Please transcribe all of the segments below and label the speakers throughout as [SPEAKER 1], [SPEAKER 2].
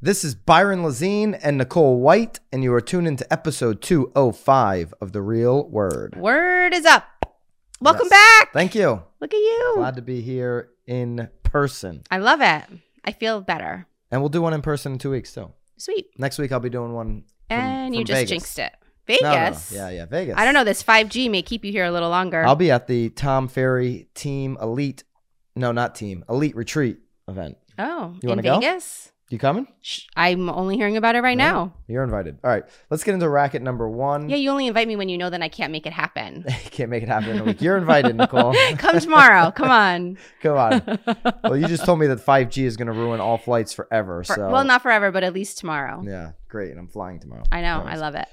[SPEAKER 1] This is Byron Lazine and Nicole White, and you are tuned into episode 205 of The Real Word.
[SPEAKER 2] Word is up. Welcome
[SPEAKER 1] Yes.
[SPEAKER 2] back.
[SPEAKER 1] Thank you.
[SPEAKER 2] Look at you.
[SPEAKER 1] Glad to be here in person.
[SPEAKER 2] I love it. I feel better.
[SPEAKER 1] And we'll do one in person in two weeks, too.
[SPEAKER 2] Sweet.
[SPEAKER 1] Next week, I'll be doing one. From,
[SPEAKER 2] and you
[SPEAKER 1] from
[SPEAKER 2] just
[SPEAKER 1] Vegas.
[SPEAKER 2] jinxed it.
[SPEAKER 1] No, no, no.
[SPEAKER 2] Vegas.
[SPEAKER 1] Yeah, yeah, Vegas.
[SPEAKER 2] I don't know. This 5G may keep you here a little longer.
[SPEAKER 1] I'll be at the Tom Ferry Team Elite, no, not Team, Elite Retreat event.
[SPEAKER 2] oh,
[SPEAKER 1] You
[SPEAKER 2] in
[SPEAKER 1] wanna go?
[SPEAKER 2] Vegas?
[SPEAKER 1] You coming?
[SPEAKER 2] Sh I'm only hearing about it right
[SPEAKER 1] Yeah.
[SPEAKER 2] now.
[SPEAKER 1] You're invited. All right, let's get into racket number one.
[SPEAKER 2] Yeah, you only invite me when you know then I can't make it happen.
[SPEAKER 1] Can't make it happen in a week. You're invited, Nicole.
[SPEAKER 2] Come tomorrow. Come on.
[SPEAKER 1] Come on. Well, you just told me that 5G is going to ruin all flights forever.
[SPEAKER 2] For-
[SPEAKER 1] so
[SPEAKER 2] well, not forever, but at least tomorrow.
[SPEAKER 1] Yeah, great. And I'm flying tomorrow.
[SPEAKER 2] I know. I
[SPEAKER 1] Nice.
[SPEAKER 2] love it.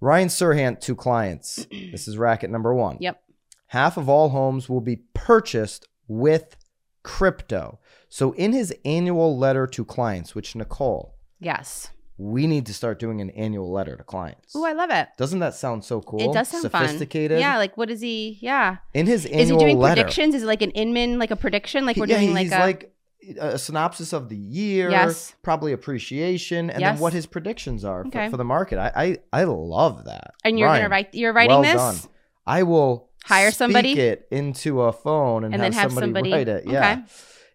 [SPEAKER 1] Ryan Serhant to clients. this is racket number one.
[SPEAKER 2] Yep.
[SPEAKER 1] Half of all homes will be purchased with crypto. So, in his annual letter to clients, which Nicole,
[SPEAKER 2] Yes.
[SPEAKER 1] we need to start doing an annual letter to clients.
[SPEAKER 2] Ooh, I love it.
[SPEAKER 1] Doesn't that sound so cool?
[SPEAKER 2] It does sound
[SPEAKER 1] sophisticated.
[SPEAKER 2] fun. Yeah, like what is he? Yeah.
[SPEAKER 1] In his annual
[SPEAKER 2] Is he doing
[SPEAKER 1] letter,
[SPEAKER 2] predictions? Is it like an Inman, like a prediction? Like
[SPEAKER 1] He-
[SPEAKER 2] we're
[SPEAKER 1] yeah,
[SPEAKER 2] doing like
[SPEAKER 1] he's
[SPEAKER 2] a.
[SPEAKER 1] like a synopsis of the year,
[SPEAKER 2] Yes.
[SPEAKER 1] probably appreciation, and
[SPEAKER 2] Yes.
[SPEAKER 1] then what his predictions are for,
[SPEAKER 2] Okay.
[SPEAKER 1] for the market. I, I I love that.
[SPEAKER 2] and you're
[SPEAKER 1] Ryan,
[SPEAKER 2] gonna write. You're writing
[SPEAKER 1] well
[SPEAKER 2] this.
[SPEAKER 1] done. I will
[SPEAKER 2] Hire
[SPEAKER 1] speak
[SPEAKER 2] somebody?
[SPEAKER 1] it into a phone and,
[SPEAKER 2] And
[SPEAKER 1] have
[SPEAKER 2] then have
[SPEAKER 1] somebody,
[SPEAKER 2] somebody-
[SPEAKER 1] write it.
[SPEAKER 2] Okay.
[SPEAKER 1] Yeah.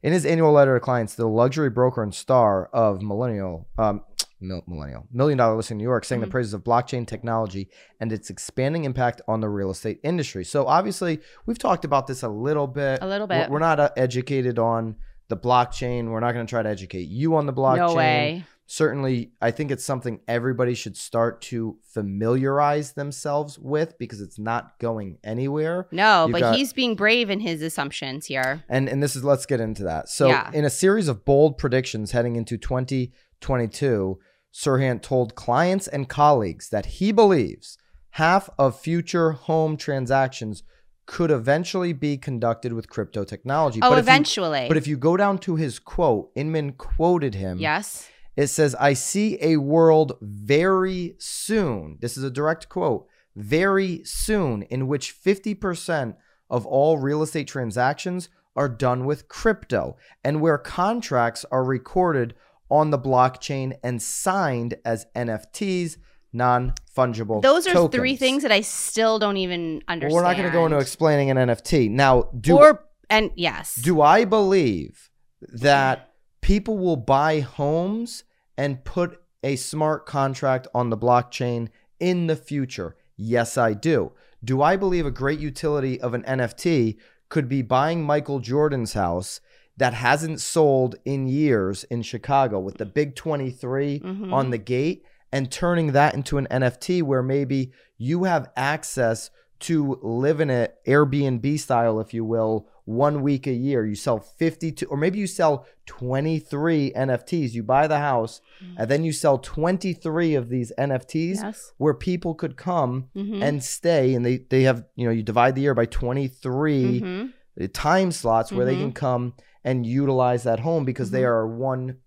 [SPEAKER 1] In his annual letter to clients, the luxury broker and star of millennial um mil- millennial million dollar listing in New York sang the
[SPEAKER 2] Mhm.
[SPEAKER 1] praises of blockchain technology and its expanding impact on the real estate industry. So obviously, we've talked about this a little bit.
[SPEAKER 2] A little
[SPEAKER 1] We're-
[SPEAKER 2] bit.
[SPEAKER 1] We're not uh, educated on the blockchain. We're not going to try to educate you on the blockchain.
[SPEAKER 2] No way.
[SPEAKER 1] Certainly, I think it's something everybody should start to familiarize themselves with because it's not going anywhere.
[SPEAKER 2] No,
[SPEAKER 1] You've
[SPEAKER 2] but
[SPEAKER 1] got-
[SPEAKER 2] he's being brave in his assumptions here.
[SPEAKER 1] And and this is let's get into that. So,
[SPEAKER 2] Yeah.
[SPEAKER 1] in a series of bold predictions heading into 2022, Sirhan told clients and colleagues that he believes half of future home transactions could eventually be conducted with crypto technology.
[SPEAKER 2] Oh,
[SPEAKER 1] But if you-
[SPEAKER 2] eventually.
[SPEAKER 1] but if you go down to his quote, Inman quoted him.
[SPEAKER 2] yes.
[SPEAKER 1] It says, I see a world very soon. This is a direct quote very soon, in which 50% of all real estate transactions are done with crypto and where contracts are recorded on the blockchain and signed as NFTs, non fungible.
[SPEAKER 2] Those are three things that I still don't even understand.
[SPEAKER 1] We're not going to go into explaining an NFT. Now, do
[SPEAKER 2] or and yes.
[SPEAKER 1] do I believe that people will buy homes and put a smart contract on the blockchain in the future? Yes, I do. Do I believe a great utility of an NFT could be buying Michael Jordan's house that hasn't sold in years in Chicago with the big 23
[SPEAKER 2] Mhm.
[SPEAKER 1] on the gate and turning that into an NFT where maybe you have access to live in an Airbnb style, if you will, one week a year. You sell 52, or maybe you sell 23 NFTs. You buy the house
[SPEAKER 2] Mm-hmm.
[SPEAKER 1] and then you sell 23 of these NFTs
[SPEAKER 2] yes.
[SPEAKER 1] where people could come
[SPEAKER 2] Mhm.
[SPEAKER 1] and stay. And they, they have, you know, you divide the year by 23
[SPEAKER 2] Mhm.
[SPEAKER 1] the time slots where they
[SPEAKER 2] Mhm.
[SPEAKER 1] can come and utilize that home because they
[SPEAKER 2] Mhm.
[SPEAKER 1] are one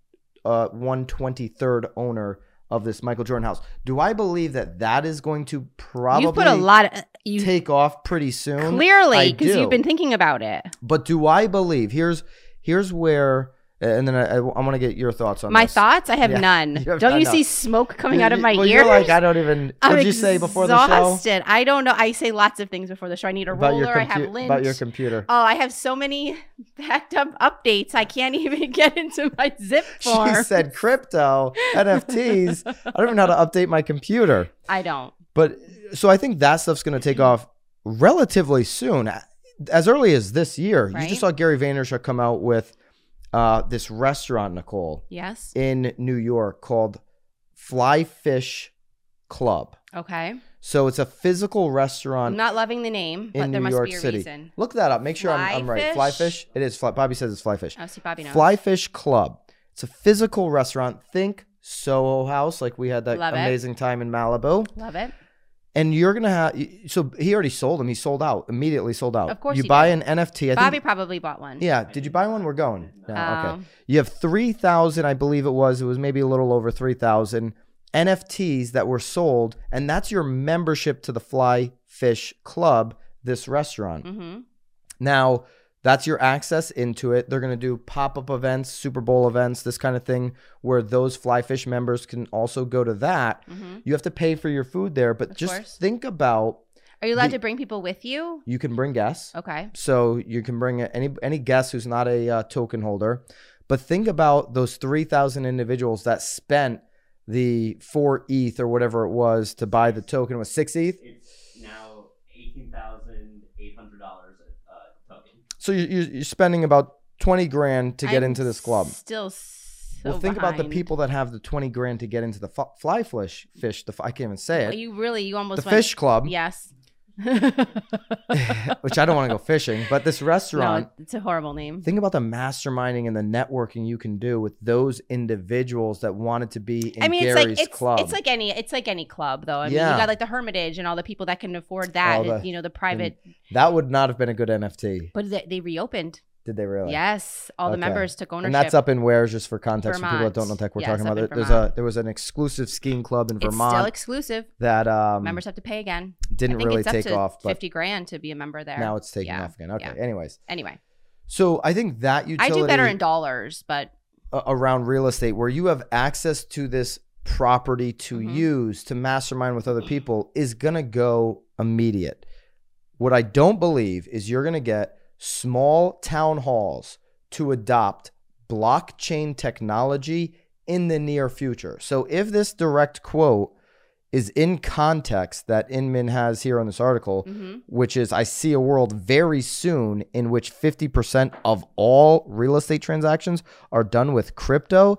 [SPEAKER 1] uh one twenty third owner of this Michael Jordan house. Do I believe that that is going to probably
[SPEAKER 2] you put a lot of uh, you
[SPEAKER 1] take off pretty soon? I
[SPEAKER 2] clearly because
[SPEAKER 1] do.
[SPEAKER 2] you've been thinking about it.
[SPEAKER 1] But do I believe here's here's where and then I, I, want to get your thoughts on
[SPEAKER 2] My
[SPEAKER 1] this.
[SPEAKER 2] thoughts? I have
[SPEAKER 1] Yeah.
[SPEAKER 2] none.
[SPEAKER 1] You have- I
[SPEAKER 2] don't you
[SPEAKER 1] know.
[SPEAKER 2] see smoke coming out of
[SPEAKER 1] You-
[SPEAKER 2] my
[SPEAKER 1] well,
[SPEAKER 2] ears?
[SPEAKER 1] You're like I don't even.
[SPEAKER 2] I'm
[SPEAKER 1] What did you say before the show
[SPEAKER 2] Exhausted. I don't know. I say lots of things before the show. I need a
[SPEAKER 1] about
[SPEAKER 2] roller.
[SPEAKER 1] your
[SPEAKER 2] I have
[SPEAKER 1] compu-
[SPEAKER 2] lint.
[SPEAKER 1] about your computer?
[SPEAKER 2] oh, I have so many backed up updates. I can't even get into my zip form.
[SPEAKER 1] she said crypto NFTs. I don't even know how to update my computer.
[SPEAKER 2] I don't.
[SPEAKER 1] But so I think that stuff's going to take off relatively soon, as early as this year. You
[SPEAKER 2] Right.
[SPEAKER 1] just saw Gary Vaynerchuk come out with uh, this restaurant, Nicole,
[SPEAKER 2] Yes.
[SPEAKER 1] in New York called Fly Fish Club.
[SPEAKER 2] Okay.
[SPEAKER 1] So it's a physical
[SPEAKER 2] I'm
[SPEAKER 1] restaurant.
[SPEAKER 2] not loving the name, but
[SPEAKER 1] in
[SPEAKER 2] there
[SPEAKER 1] New
[SPEAKER 2] must
[SPEAKER 1] York
[SPEAKER 2] be a
[SPEAKER 1] City.
[SPEAKER 2] reason.
[SPEAKER 1] Look that up. Make sure I'm,
[SPEAKER 2] Fly
[SPEAKER 1] I'm right. Fly
[SPEAKER 2] Fish?
[SPEAKER 1] Fish. It is. Fly, Bobby says it's Fly Fish.
[SPEAKER 2] Oh, see, Bobby knows.
[SPEAKER 1] Fly Fish Club. It's a physical restaurant. Think Soho House, like we had that
[SPEAKER 2] Love it.
[SPEAKER 1] amazing time in Malibu.
[SPEAKER 2] Love it.
[SPEAKER 1] and you're gonna have so he already sold them. He sold out immediately. Sold out.
[SPEAKER 2] Of course
[SPEAKER 1] you
[SPEAKER 2] he
[SPEAKER 1] buy an NFT. I
[SPEAKER 2] Bobby
[SPEAKER 1] think.
[SPEAKER 2] probably bought one.
[SPEAKER 1] Yeah. Did you buy one? We're going. No. okay.
[SPEAKER 2] Um,
[SPEAKER 1] You have three thousand. I believe it was. It was maybe a little over three thousand NFTs that were sold, and that's your membership to the Fly Fish Club, this restaurant.
[SPEAKER 2] hmm
[SPEAKER 1] Now, That's your access into it. They're going to do pop up events, Super Bowl events, this kind of thing, where those Flyfish members can also go to that.
[SPEAKER 2] hmm
[SPEAKER 1] You have to pay for your food there, but
[SPEAKER 2] Of
[SPEAKER 1] just
[SPEAKER 2] course.
[SPEAKER 1] think about
[SPEAKER 2] Are you allowed
[SPEAKER 1] The-
[SPEAKER 2] to bring people with you?
[SPEAKER 1] you can bring guests.
[SPEAKER 2] Okay.
[SPEAKER 1] So you can bring any any guest who's not a uh, token holder, but think about those three thousand individuals that spent the four ETH or whatever it was to buy the token with six E ETH.
[SPEAKER 3] It's now eighteen thousand eight hundred dollars a uh, token.
[SPEAKER 1] So you- you- you're spending about twenty grand to get
[SPEAKER 2] I'm
[SPEAKER 1] into this club.
[SPEAKER 2] Still so
[SPEAKER 1] well, think about the
[SPEAKER 2] behind.
[SPEAKER 1] people that have the twenty grand to get into the fu- fly fish fish. The f- I can't even say
[SPEAKER 2] Well,
[SPEAKER 1] it.
[SPEAKER 2] You really, you almost
[SPEAKER 1] The
[SPEAKER 2] went.
[SPEAKER 1] fish club,
[SPEAKER 2] Yes.
[SPEAKER 1] which I don't want to go fishing, but this restaurant.
[SPEAKER 2] No, it's a horrible name.
[SPEAKER 1] Think about the masterminding and the networking you can do with those individuals that wanted to be in
[SPEAKER 2] I mean,
[SPEAKER 1] Gary's
[SPEAKER 2] it's like it's,
[SPEAKER 1] club.
[SPEAKER 2] it's like any it's like any club though. I mean,
[SPEAKER 1] Yeah.
[SPEAKER 2] you got like the Hermitage and all the people that can afford that.
[SPEAKER 1] All the-
[SPEAKER 2] you know, the private,
[SPEAKER 1] that would not have been a good NFT.
[SPEAKER 2] but they, they reopened.
[SPEAKER 1] Did they really?
[SPEAKER 2] Yes, all the
[SPEAKER 1] Okay.
[SPEAKER 2] members took ownership.
[SPEAKER 1] And that's up in Wares, just for context, for people that
[SPEAKER 2] Vermont.
[SPEAKER 1] don't know tech, we're
[SPEAKER 2] Yeah,
[SPEAKER 1] talking
[SPEAKER 2] it's up
[SPEAKER 1] about. There,
[SPEAKER 2] in
[SPEAKER 1] there's
[SPEAKER 2] Vermont.
[SPEAKER 1] a there was an exclusive skiing club in
[SPEAKER 2] It's still
[SPEAKER 1] Vermont
[SPEAKER 2] exclusive.
[SPEAKER 1] that um,
[SPEAKER 2] members have to pay again. I
[SPEAKER 1] didn't
[SPEAKER 2] think
[SPEAKER 1] really
[SPEAKER 2] it's up
[SPEAKER 1] take
[SPEAKER 2] to
[SPEAKER 1] off, but
[SPEAKER 2] fifty grand to be a member there.
[SPEAKER 1] now it's taking
[SPEAKER 2] Yeah,
[SPEAKER 1] off again. Okay.
[SPEAKER 2] yeah.
[SPEAKER 1] Anyways,
[SPEAKER 2] anyway,
[SPEAKER 1] so I think that utility
[SPEAKER 2] I do better in dollars, but
[SPEAKER 1] a- around real estate where you have access to this property to
[SPEAKER 2] Mhm.
[SPEAKER 1] use to mastermind with other people is going to go immediate. What I don't believe is you're going to get small town halls to adopt blockchain technology in the near future. So if this direct quote is in context that Inman has here on this article,
[SPEAKER 2] mhm.
[SPEAKER 1] which is I see a world very soon in which 50% of all real estate transactions are done with crypto.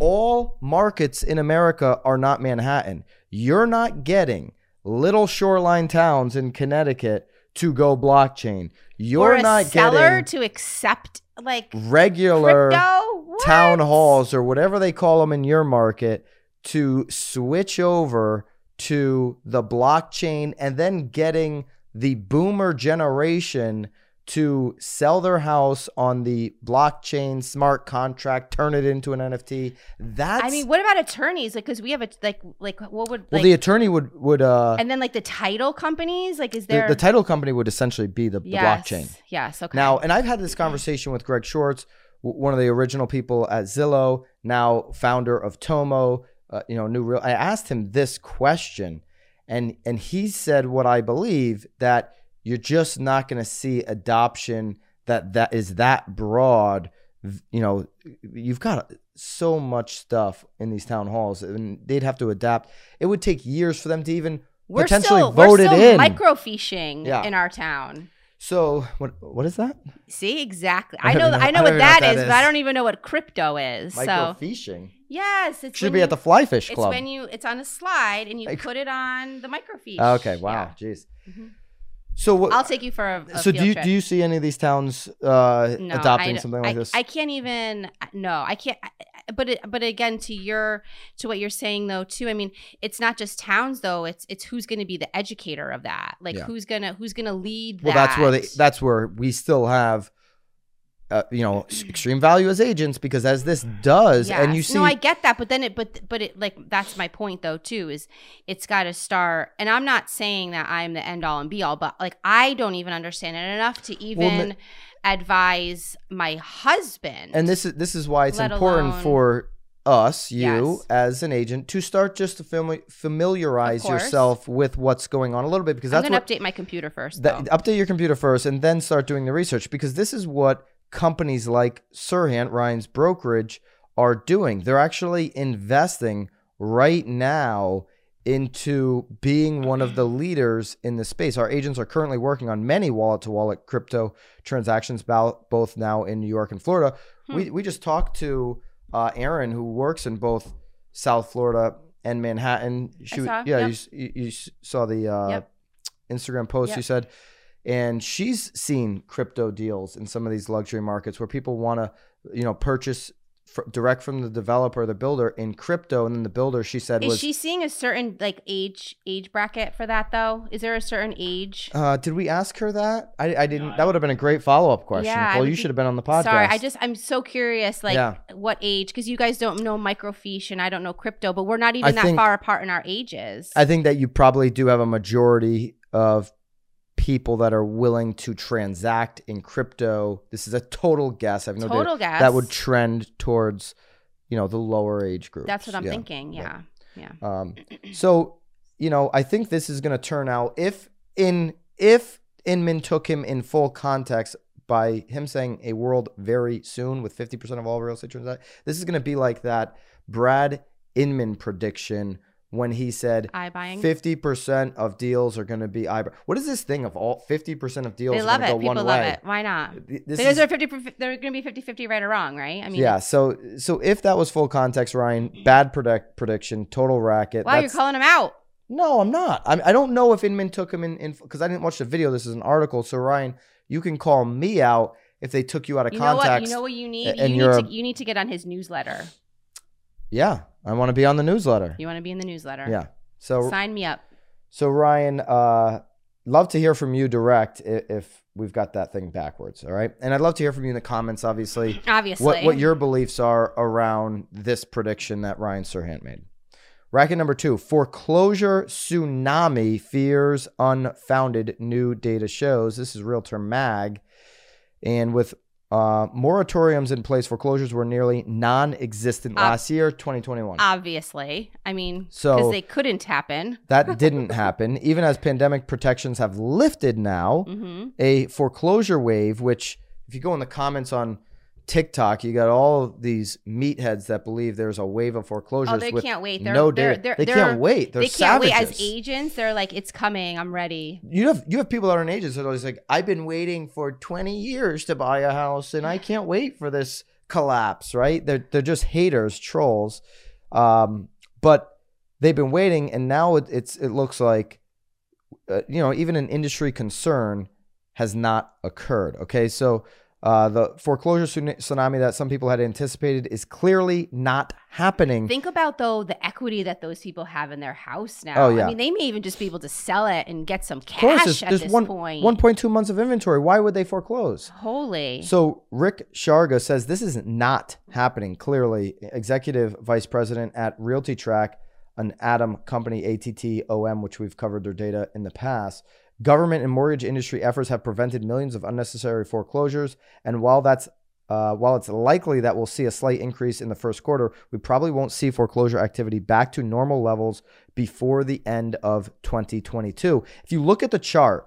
[SPEAKER 1] All markets in America are not Manhattan. You're not getting little shoreline towns in Connecticut to go blockchain. You're
[SPEAKER 2] or a
[SPEAKER 1] not
[SPEAKER 2] seller
[SPEAKER 1] getting
[SPEAKER 2] to accept like
[SPEAKER 1] regular
[SPEAKER 2] crypto What?
[SPEAKER 1] town halls or whatever they call them in your market to switch over to the blockchain and then getting the boomer generation to sell their house on the blockchain smart contract, turn it into an NFT. That's
[SPEAKER 2] I mean, what about attorneys? Like, because we have a like like what would like,
[SPEAKER 1] well, the attorney would would uh
[SPEAKER 2] and then like the title companies. Like, is
[SPEAKER 1] the,
[SPEAKER 2] there
[SPEAKER 1] the title company would essentially be the, the
[SPEAKER 2] Yes,
[SPEAKER 1] blockchain.
[SPEAKER 2] Yes. Okay.
[SPEAKER 1] Now, and I've had this conversation with Greg Schwartz, w- one of the original people at Zillow, now founder of Tomo, uh, you know, new real. I asked him this question, and and he said what I believe that you're just not going to see adoption that that is that broad. V- You know, you've got so much stuff in these town halls, and they'd have to adapt. It would take years for them to even.
[SPEAKER 2] we're
[SPEAKER 1] potentially
[SPEAKER 2] still,
[SPEAKER 1] voted
[SPEAKER 2] we're still
[SPEAKER 1] in.
[SPEAKER 2] microfiching
[SPEAKER 1] Yeah.
[SPEAKER 2] in our town.
[SPEAKER 1] So what what is that?
[SPEAKER 2] See exactly.
[SPEAKER 1] I
[SPEAKER 2] I know.
[SPEAKER 1] don't even know-
[SPEAKER 2] I know
[SPEAKER 1] I don't
[SPEAKER 2] what
[SPEAKER 1] even know
[SPEAKER 2] that
[SPEAKER 1] what that
[SPEAKER 2] is, but I
[SPEAKER 1] is.
[SPEAKER 2] don't even know what crypto is. so
[SPEAKER 1] Microfishing
[SPEAKER 2] yes, it's
[SPEAKER 1] should
[SPEAKER 2] when
[SPEAKER 1] be
[SPEAKER 2] you,
[SPEAKER 1] at the Fly Fish
[SPEAKER 2] It's
[SPEAKER 1] Club.
[SPEAKER 2] when you. It's on a slide and you
[SPEAKER 1] Like-
[SPEAKER 2] put it on the microfiche.
[SPEAKER 1] Okay. Wow. Jeez.
[SPEAKER 2] Yeah. Mhm.
[SPEAKER 1] So what?
[SPEAKER 2] I'll take you for a, a
[SPEAKER 1] so do
[SPEAKER 2] field
[SPEAKER 1] you
[SPEAKER 2] trip.
[SPEAKER 1] do you see any of these towns uh,
[SPEAKER 2] No,
[SPEAKER 1] adopting
[SPEAKER 2] I-
[SPEAKER 1] something like
[SPEAKER 2] I-
[SPEAKER 1] this?
[SPEAKER 2] I can't even. No, I can't. I- I- But it, but again, to your to what you're saying though too. I mean, it's not just towns though. It's it's who's going to be the educator of that. Like
[SPEAKER 1] Yeah.
[SPEAKER 2] who's gonna who's gonna lead.
[SPEAKER 1] well,
[SPEAKER 2] that.
[SPEAKER 1] that's where they, that's where we still have, uh, you know, s- extreme value as agents because as this does, and you
[SPEAKER 2] Yes.
[SPEAKER 1] see,
[SPEAKER 2] no i get that but then it but but it like that's my point though too is it's got to start and i'm not saying that i'm the end all and be all but like i don't even understand it enough to even
[SPEAKER 1] n-
[SPEAKER 2] advise my husband
[SPEAKER 1] and this is this is why it's
[SPEAKER 2] Let
[SPEAKER 1] important
[SPEAKER 2] alone-
[SPEAKER 1] for us, you
[SPEAKER 2] Yes.
[SPEAKER 1] as an agent, to start just to fami- familiarize
[SPEAKER 2] course.
[SPEAKER 1] yourself with what's going on a little bit because
[SPEAKER 2] i'm
[SPEAKER 1] that's
[SPEAKER 2] gonna
[SPEAKER 1] what
[SPEAKER 2] update my computer first
[SPEAKER 1] That,
[SPEAKER 2] though.
[SPEAKER 1] update your computer first and then start doing the research because this is what companies like Sirhan, Ryan's brokerage, are doing. They're actually investing right now into being one of the leaders in the space. Our agents are currently working on many wallet to wallet crypto transactions, bal- both now in New York and Florida.
[SPEAKER 2] Hmm.
[SPEAKER 1] We, we just talked to uh, Aaron, who works in both South Florida and Manhattan. She,
[SPEAKER 2] saw,
[SPEAKER 1] yeah,
[SPEAKER 2] yep.
[SPEAKER 1] you s- you, you s- saw the uh,
[SPEAKER 2] Yep.
[SPEAKER 1] Instagram post you
[SPEAKER 2] Yep.
[SPEAKER 1] said, and she's seen crypto deals in some of these luxury markets where people want to, you know, purchase fr- direct from the developer, the builder in crypto, and then the builder she said
[SPEAKER 2] is
[SPEAKER 1] was.
[SPEAKER 2] she seeing a certain like age age bracket for that though is there a certain age
[SPEAKER 1] uh, did we ask her that? I, I didn't.
[SPEAKER 3] I
[SPEAKER 1] That would have been a great follow up question.
[SPEAKER 2] Yeah, I
[SPEAKER 1] well,
[SPEAKER 2] would
[SPEAKER 1] you
[SPEAKER 2] be-
[SPEAKER 1] should have been on the podcast.
[SPEAKER 2] Sorry, I just I'm so curious, like
[SPEAKER 1] Yeah.
[SPEAKER 2] what age? Because you guys don't know microfiche and I don't know crypto, but we're not even
[SPEAKER 1] I
[SPEAKER 2] that
[SPEAKER 1] think-
[SPEAKER 2] far apart in our ages.
[SPEAKER 1] I think that you probably do have a majority of people that are willing to transact in crypto. This is a total guess. I have no data.
[SPEAKER 2] Total gas.
[SPEAKER 1] That would trend towards, you know, the lower age groups.
[SPEAKER 2] That's what I'm
[SPEAKER 1] Yeah.
[SPEAKER 2] thinking. Yeah. Yeah.
[SPEAKER 1] Um, so, you know, I think this is going to turn out if in if Inman took him in full context by him saying a world very soon with 50% of all real estate transactions, this is going to be like that Brad Inman prediction when he said
[SPEAKER 2] Eye buying.
[SPEAKER 1] 50% of deals are going to be eyebrow. What is this thing of all 50% of deals
[SPEAKER 2] They
[SPEAKER 1] are going
[SPEAKER 2] love
[SPEAKER 1] to
[SPEAKER 2] it.
[SPEAKER 1] go
[SPEAKER 2] People
[SPEAKER 1] one
[SPEAKER 2] love
[SPEAKER 1] way?
[SPEAKER 2] it. Why not?
[SPEAKER 1] Th- This
[SPEAKER 2] Because
[SPEAKER 1] is-
[SPEAKER 2] they're fifty. per- They're going to be 50-50 right or wrong, right? I mean,
[SPEAKER 1] yeah, so so if that was full context, Ryan, bad predict, prediction, total racket.
[SPEAKER 2] Wow, you're
[SPEAKER 1] That's-
[SPEAKER 2] calling them out.
[SPEAKER 1] No, I'm not. I, I don't know if Inman took him in because I didn't watch the video. This is an article. So Ryan, you can call me out if they took you out of
[SPEAKER 2] You know what?
[SPEAKER 1] context.
[SPEAKER 2] You know what you need.
[SPEAKER 1] and
[SPEAKER 2] You need
[SPEAKER 1] you're
[SPEAKER 2] to.
[SPEAKER 1] a-
[SPEAKER 2] You need to get on his newsletter.
[SPEAKER 1] yeah, I want to be on the newsletter.
[SPEAKER 2] You want to be in the newsletter?
[SPEAKER 1] Yeah. So
[SPEAKER 2] Sign me up.
[SPEAKER 1] so Ryan, uh, love to hear from you direct if, if we've got that thing backwards. All right, and I'd love to hear from you in the comments. Obviously,
[SPEAKER 2] Obviously.
[SPEAKER 1] what what your beliefs are around this prediction that Ryan Serhant made. Racket number two: foreclosure tsunami fears unfounded. New data shows this is Realtor Mag, and with uh, moratoriums in place, foreclosures were nearly non-existent
[SPEAKER 2] Ob-
[SPEAKER 1] last year,
[SPEAKER 2] uh,
[SPEAKER 1] 2021.
[SPEAKER 2] Obviously. I mean, because
[SPEAKER 1] So-
[SPEAKER 2] they couldn't happen.
[SPEAKER 1] that didn't happen, even as pandemic protections have lifted now.
[SPEAKER 2] Mm-hmm.
[SPEAKER 1] a foreclosure wave, which if you go in the comments on TikTok, you got all of these meatheads that believe there's a wave of foreclosures.
[SPEAKER 2] Oh, they
[SPEAKER 1] with
[SPEAKER 2] can't wait. They're,
[SPEAKER 1] no
[SPEAKER 2] they're,
[SPEAKER 1] data.
[SPEAKER 2] they're,
[SPEAKER 1] they
[SPEAKER 2] they're-
[SPEAKER 1] can't wait. They're
[SPEAKER 2] they can't wait as
[SPEAKER 1] savages.
[SPEAKER 2] agents. They're like, it's coming. I'm ready.
[SPEAKER 1] You have you have people that are in ages that are always like, I've been waiting for 20 years to buy a house, and I can't wait for this collapse. Right? They're they're just haters, trolls. Um, but they've been waiting, and now it, it's it looks like, uh, you know, even an industry concern has not occurred. Okay, so. Uh, the foreclosure tsun- tsunami that some people had anticipated is clearly not happening.
[SPEAKER 2] Think about though the equity that those people have in their house now.
[SPEAKER 1] Oh, yeah.
[SPEAKER 2] I mean, they may even just be able to sell it and get some
[SPEAKER 1] of course,
[SPEAKER 2] cash
[SPEAKER 1] there's,
[SPEAKER 2] at
[SPEAKER 1] there's
[SPEAKER 2] this
[SPEAKER 1] one
[SPEAKER 2] point.
[SPEAKER 1] 1.2 months of inventory. Why would they foreclose?
[SPEAKER 2] Holy.
[SPEAKER 1] So Rick Sharga says this is not happening. Clearly, executive vice president at Realty Track, an Adam company, ATTOM, which we've covered their data in the past. Government and mortgage industry efforts have prevented millions of unnecessary foreclosures, and while that's uh, while it's likely that we'll see a slight increase in the first quarter, we probably won't see foreclosure activity back to normal levels before the end of 2022. If you look at the chart,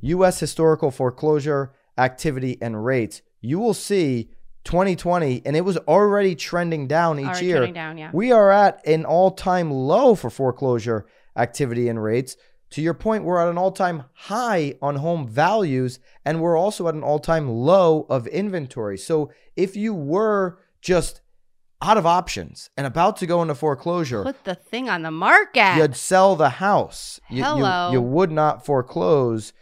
[SPEAKER 1] U.S. historical foreclosure activity and rates, you will see 2020, and it was already trending down each
[SPEAKER 2] Already
[SPEAKER 1] year.
[SPEAKER 2] turning down, yeah.
[SPEAKER 1] We are at an all time low for foreclosure activity and rates. To your point, we're at an all time high on home values, and we're also at an all time low of inventory. So if you were just out of options and about to go into foreclosure,
[SPEAKER 2] Put the thing on the market.
[SPEAKER 1] you'd sell the house. You, you-
[SPEAKER 2] Hello.
[SPEAKER 1] You, would not foreclose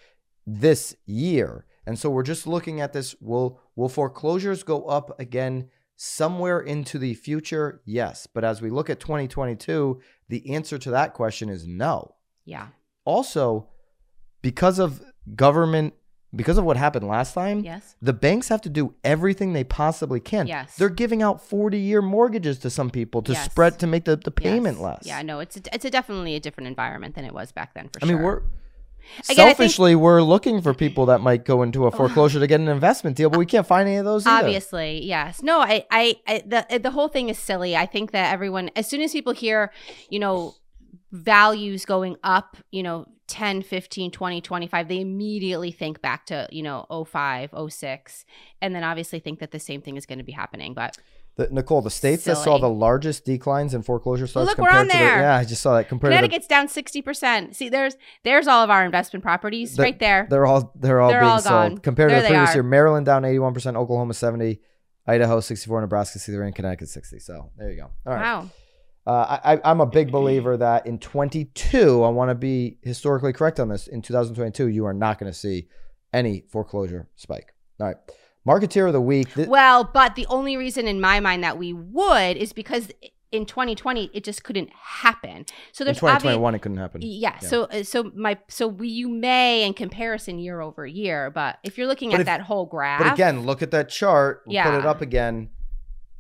[SPEAKER 1] this year. And so we're just looking at this. Will will foreclosures go up again somewhere into the future? Yes. But as we look at 2022, the answer to that question is no.
[SPEAKER 2] yeah.
[SPEAKER 1] Also, because of government, because of what happened last time,
[SPEAKER 2] Yes.
[SPEAKER 1] the banks have to do everything they possibly can.
[SPEAKER 2] Yes.
[SPEAKER 1] They're giving out 40 year mortgages to some people to
[SPEAKER 2] Yes.
[SPEAKER 1] spread to make the, the
[SPEAKER 2] Yes.
[SPEAKER 1] payment less.
[SPEAKER 2] Yeah, no, it's a, it's a definitely a different environment than it was back then for
[SPEAKER 1] I
[SPEAKER 2] sure.
[SPEAKER 1] mean, we're
[SPEAKER 2] Again, I think-
[SPEAKER 1] selfishly we're looking for people that might go into a foreclosure to get an investment deal, but we can't find any of those. Either.
[SPEAKER 2] Obviously, yes. No, I, I, I the the whole thing is silly. I think that everyone, as soon as people hear, you know, values going up, you know, 10, 15, 20, 25, they immediately think back to, you know, 05, 06, and then obviously think that the same thing is going to be happening. But
[SPEAKER 1] The, Nicole, the states that saw
[SPEAKER 2] Silly.
[SPEAKER 1] the largest declines in foreclosure starts
[SPEAKER 2] look, we're
[SPEAKER 1] compared
[SPEAKER 2] on
[SPEAKER 1] to
[SPEAKER 2] there.
[SPEAKER 1] the yeah, I just saw that compared to
[SPEAKER 2] Connecticut's down 60%. See, there's there's all of our investment properties
[SPEAKER 1] The-
[SPEAKER 2] right there.
[SPEAKER 1] the, they're all they're all
[SPEAKER 2] They're
[SPEAKER 1] being
[SPEAKER 2] all
[SPEAKER 1] sold
[SPEAKER 2] gone.
[SPEAKER 1] compared
[SPEAKER 2] There
[SPEAKER 1] to the
[SPEAKER 2] they
[SPEAKER 1] previous
[SPEAKER 2] are.
[SPEAKER 1] year. Maryland down eighty one percent, Oklahoma seventy, Idaho sixty four, Nebraska sixty three, and Connecticut sixty. So there you go. All right.
[SPEAKER 2] Wow.
[SPEAKER 1] Uh, I, I- I'm a big believer that in 22, I want to be historically correct on this. In 2022, you are not going to see any foreclosure spike. All right. Marketeer of the week. Thi-
[SPEAKER 2] Well, but the only reason in my mind that we would is because in 2020 it just couldn't happen. So
[SPEAKER 1] in
[SPEAKER 2] there's obvious
[SPEAKER 1] 2021, it couldn't happen.
[SPEAKER 2] yeah,
[SPEAKER 1] Yeah.
[SPEAKER 2] so uh, so my so we you may in comparison year over year, but if you're looking
[SPEAKER 1] But
[SPEAKER 2] at
[SPEAKER 1] if-
[SPEAKER 2] that whole graph,
[SPEAKER 1] But again, look at that chart. We'll Put it
[SPEAKER 2] Yeah.
[SPEAKER 1] up again.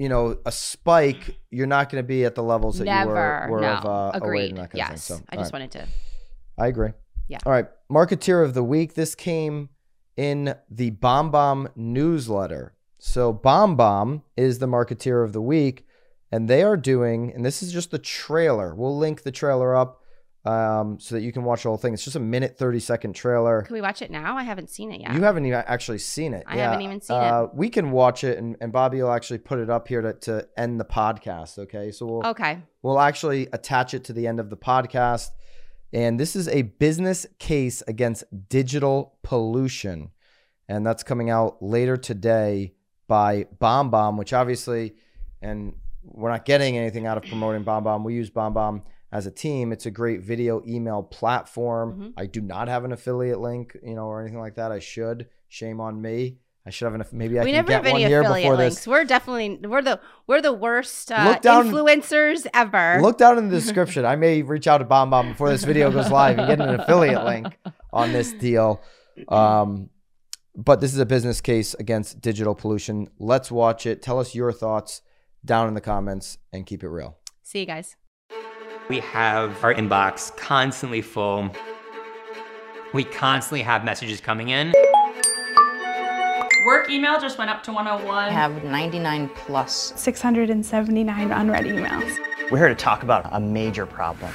[SPEAKER 1] You know, a spike, you're not going to be at the levels that
[SPEAKER 2] never
[SPEAKER 1] you were, were
[SPEAKER 2] no,
[SPEAKER 1] of uh, 08
[SPEAKER 2] agreed.
[SPEAKER 1] and that kind of
[SPEAKER 2] yes,
[SPEAKER 1] thing. So,
[SPEAKER 2] I
[SPEAKER 1] all
[SPEAKER 2] just
[SPEAKER 1] right.
[SPEAKER 2] wanted to
[SPEAKER 1] I agree. All right, marketeer of the week. This came in the Bomb Bomb newsletter. So Bomb Bomb is the marketeer of the week, and they are doing. And this is just the trailer. We'll link the trailer up um, so that you can watch the whole thing. It's just a minute thirty second trailer.
[SPEAKER 2] Can we watch it now? I haven't seen it yet.
[SPEAKER 1] You haven't even actually seen it.
[SPEAKER 2] I haven't even seen it.
[SPEAKER 1] uh, We can watch it, and, and Bobby will actually put it up here to, to end the podcast. Okay, so we'll
[SPEAKER 2] okay.
[SPEAKER 1] We'll actually attach it to the end of the podcast. And this is a business case against digital pollution. And that's coming out later today by Bomb Bomb, which obviously, and we're not getting anything out of promoting Bomb Bomb. We use Bomb Bomb as a team. It's a great video email platform.
[SPEAKER 2] Mhm.
[SPEAKER 1] I do not have an affiliate link, you know, or anything like that. I should. Shame on me. I should have an. aff- Maybe I
[SPEAKER 2] we
[SPEAKER 1] can
[SPEAKER 2] never
[SPEAKER 1] get
[SPEAKER 2] have
[SPEAKER 1] one
[SPEAKER 2] any
[SPEAKER 1] here before
[SPEAKER 2] affiliate
[SPEAKER 1] this.
[SPEAKER 2] links. We're definitely we're the we're the worst uh,
[SPEAKER 1] Look down-
[SPEAKER 2] influencers ever.
[SPEAKER 1] Look down in the description. I may reach out to Bomb Bomb before this video goes live and get an affiliate link on this deal. Um, but this is a business case against digital pollution. Let's watch it. Tell us your thoughts down in the comments and keep it real.
[SPEAKER 2] See you guys.
[SPEAKER 4] We have our inbox constantly full. We constantly have messages coming in.
[SPEAKER 5] Work email just went up to 101.
[SPEAKER 6] I have 99 plus
[SPEAKER 7] 679 unread emails.
[SPEAKER 8] We're here to talk about a major problem.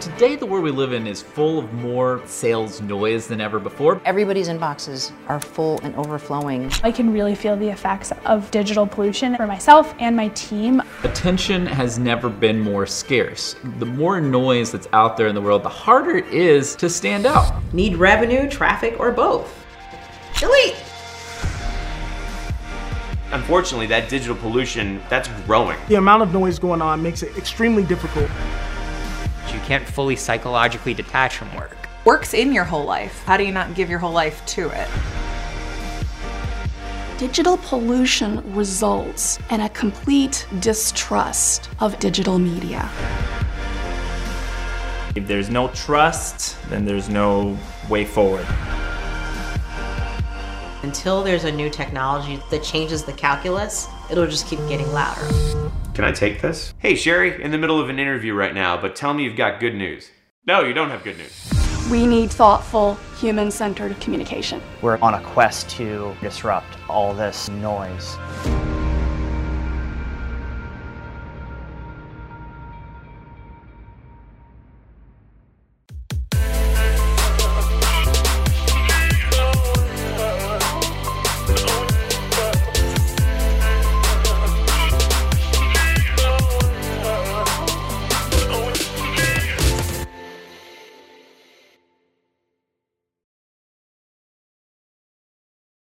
[SPEAKER 9] Today, the world we live in is full of more sales noise than ever before.
[SPEAKER 6] everybody's inboxes are full and overflowing
[SPEAKER 7] I can really feel the effects of digital pollution for myself and my team.
[SPEAKER 9] Attention has never been more scarce. The more noise that's out there in the world, the harder it is to stand out.
[SPEAKER 10] Need revenue, traffic, or both?
[SPEAKER 5] Delete.
[SPEAKER 11] Unfortunately, that digital pollution, that's growing.
[SPEAKER 12] The amount of noise going on makes it extremely difficult.
[SPEAKER 4] You can't fully psychologically detach from work.
[SPEAKER 10] Work's in your whole life. How do you not give your whole life to it?
[SPEAKER 7] Digital pollution results in a complete distrust of digital media.
[SPEAKER 11] If there's no trust, then there's no way forward.
[SPEAKER 5] Until there's a new technology that changes the calculus, it'll just keep getting louder.
[SPEAKER 11] Can I take this? Hey, Sherry, in the middle of an interview right now, but tell me you've got good news. No, you don't have good news.
[SPEAKER 7] We need thoughtful, human centered communication.
[SPEAKER 8] We're on a quest to disrupt all this noise.